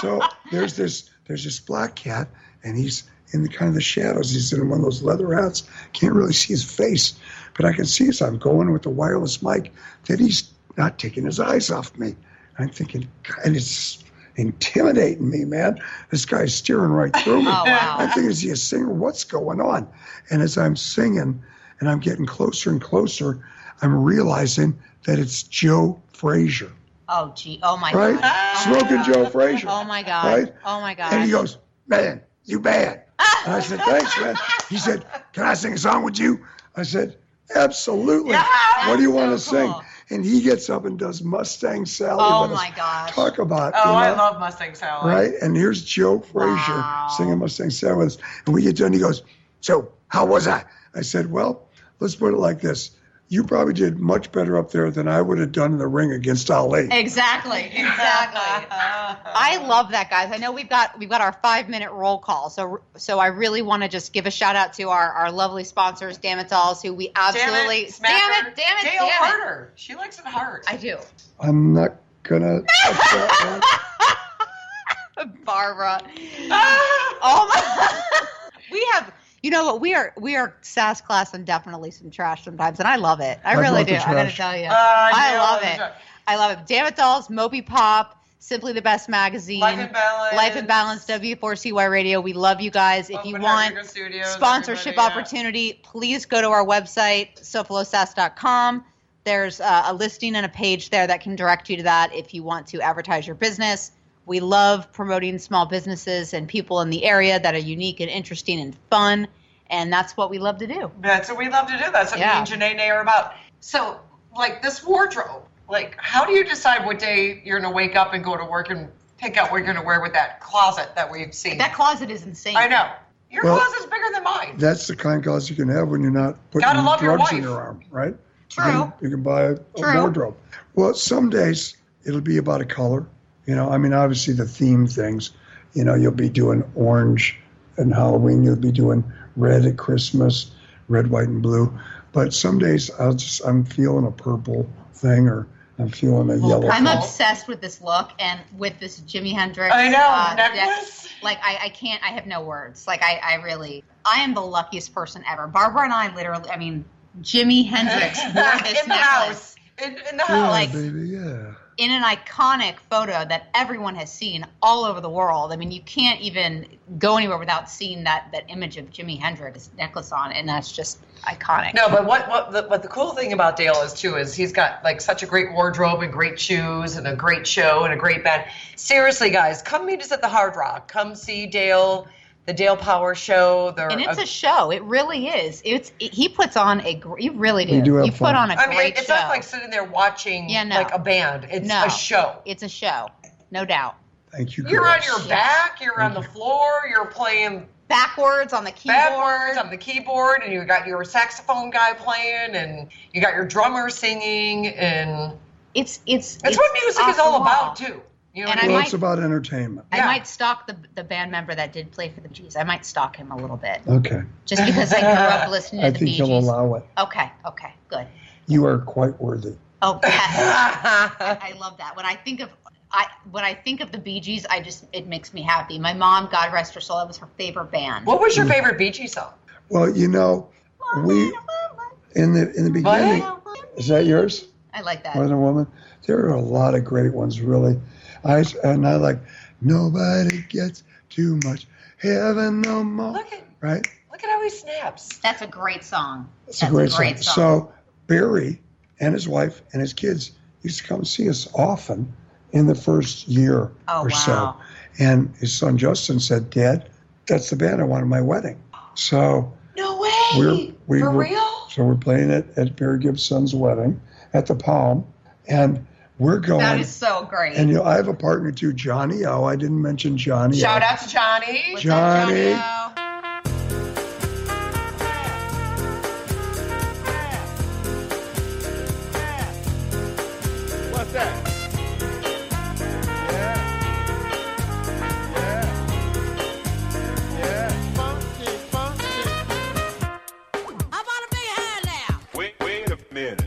F: so there's this there's this black cat and he's in the kind of the shadows. He's in one of those leather hats. Can't really see his face, but I can see as I'm going with the wireless mic that he's not taking his eyes off me. I'm thinking, God, and it's intimidating me, man. This guy's steering right through me.
D: Oh, wow.
F: I think, is he a singer? What's going on? And as I'm singing and I'm getting closer and closer, I'm realizing that it's Joe Frazier,
D: Oh gee. Oh my
F: right?
D: god.
F: Smoking Joe Frazier.
D: Oh my god.
F: Right?
D: Oh my god.
F: And he goes, Man, you bad. And I said, Thanks, man. He said, Can I sing a song with you? I said, Absolutely. what do you want to
D: so
F: sing?
D: cool.
F: And he gets up and does Mustang Sally.
D: Oh
F: with us.
D: my gosh.
F: Talk about.
E: Oh,
F: you
E: I
F: know,
E: love Mustang Sally.
F: Right? And here's Joe Frazier
D: Wow.
F: singing Mustang Sally with us. And we get done, he goes, So, how was I? I said, Well, let's put it like this. You probably did much better up there than I would have done in the ring against Ali.
D: Exactly. Exactly. I love that, guys. I know we've got we've got our five minute roll call, so so I really want to just give a shout out to our, our lovely sponsors, Damn It Dolls, who we
E: Damn
D: absolutely
E: it, smack
D: damn
E: her.
D: it, damn it,
E: Dale
D: damn it.
E: Carter. She likes it hard.
D: I do,
F: I'm not going to.
D: Barbara.
E: Ah!
D: oh my! we have you know what we are we are sass class and definitely some trash sometimes, and I love it. I,
F: I
D: really
F: brought
D: do.
F: the
D: I gotta
F: trash.
D: tell you,
E: Ah,
D: I
E: yeah,
D: love
E: I love
D: it.
E: the trash.
D: I love it. Damn it, dolls, Moby Pop. Simply the best magazine.
E: Life in Balance.
D: Life in Balance, W4CY Radio. We love you guys. If
E: Open
D: you
E: Heart
D: want
E: Yoga Studios,
D: sponsorship
E: everybody, uh, yeah.
D: opportunity, please go to our website, sofalosas.com. There's uh, a listing and a page there that can direct you to that if you want to advertise your business. We love promoting small businesses and people in the area that are unique and interesting and fun. And that's what we love to do.
E: That's what we love to do. That's what
D: Yeah.
E: me and Janae Nay are about. So, like this wardrobe, like how do you decide what day you're going to wake up and go to work and pick out what you're going to wear with that closet that we've seen?
D: That closet is insane.
E: I know. Your
F: Well-
E: closet's bigger than mine.
F: That's the kind of cause you can have when you're not putting
E: Gotta love your
F: drugs in
E: wife.
F: your arm, right?
D: True.
F: You can, you can buy a, a
D: True.
F: wardrobe. Well, some days it'll be about a color. You know, I mean, obviously the theme things. You know, you'll be doing orange and Halloween. You'll be doing red at Christmas, red, white, and blue. But some days I'll just I'm feeling a purple thing or I'm feeling a yellow.
D: I'm
F: thing.
D: obsessed with this look and with this Jimi Hendrix. uh,
E: I know, necklace.
D: yes. Like I, I can't. I have no words. Like I, I really. I am the luckiest person ever. Barbara and I literally. I mean, Jimi Hendrix wore this
E: in the
D: necklace
E: house. In, in the
F: yeah,
E: house.
D: like-
F: baby, yeah.
D: in an iconic photo that everyone has seen all over the world. I mean, you can't even go anywhere without seeing that that image of Jimi Hendrix necklace on, and that's just iconic.
E: No, but what what the, what the cool thing about Dale is too is he's got like such a great wardrobe and great shoes and a great show and a great band. Seriously, guys, come meet us at the Hard Rock. Come see Dale, the Dale Power Show. They're
D: And it's a show. It really is. It's he puts on a. gr- You really do.
F: We do have
D: you put
F: fun.
D: on a
E: I
D: great
E: mean, it's
D: show.
E: not like sitting there watching
D: Yeah, no.
E: like a band. It's
D: No.
E: a show.
D: It's a show, no doubt.
F: Thank you.
E: You're on
F: girls.
E: your back. You're on the floor. You're playing
D: Backwards on the keyboard.
E: backwards on the keyboard, and you got your saxophone guy playing, and you got your drummer singing, and
D: It's it's
E: that's what music
D: off
E: is
D: the
E: all
D: wall.
E: about too. You know
D: And
E: what I
F: Well,
E: mean?
D: might-
F: it's about entertainment.
D: I
E: Yeah.
D: might stalk the the band member that did play for the G's. I might stalk him a little bit
F: Okay,
D: just because I grew up listening to
F: I
D: the
F: think
D: Bee
F: you'll
D: Gees.
F: allow it.
D: Okay, okay, good.
F: You are quite worthy.
D: Oh, yes. I love that. When I think of I when I think of the Bee Gees, I just it makes me happy. My mom, God rest her soul, that was her favorite band.
E: What was your favorite Bee Gees song?
F: Well, you know, we in the in the beginning. Is that yours?
D: I like that.
F: More than a woman. There are a lot of great ones, really. I and I like nobody gets too much heaven no more.
E: Look at
F: Right?
E: look at how he snaps.
D: That's a great song.
F: It's
D: That's
F: a great,
D: song.
F: song. So Barry and his wife and his kids used to come see us often in the first year
D: Oh,
F: or so.
D: wow.
F: And his son Justin said, "Dad, that's the band I want at my wedding." So
E: No way.
F: We're- we
E: For
F: were-
E: real?
F: so we're playing it at Barry Gibson's wedding at the Palm, and we're going.
D: That is so great.
F: And you know, I have a partner too, Johnny O. I didn't mention Johnny. O.
E: Shout out to Johnny.
D: What's up,
F: Johnny.
D: Johnny-O?
C: What's that? Yeah. Yeah. Yeah. Funky, funky.
H: Wait, wait a minute.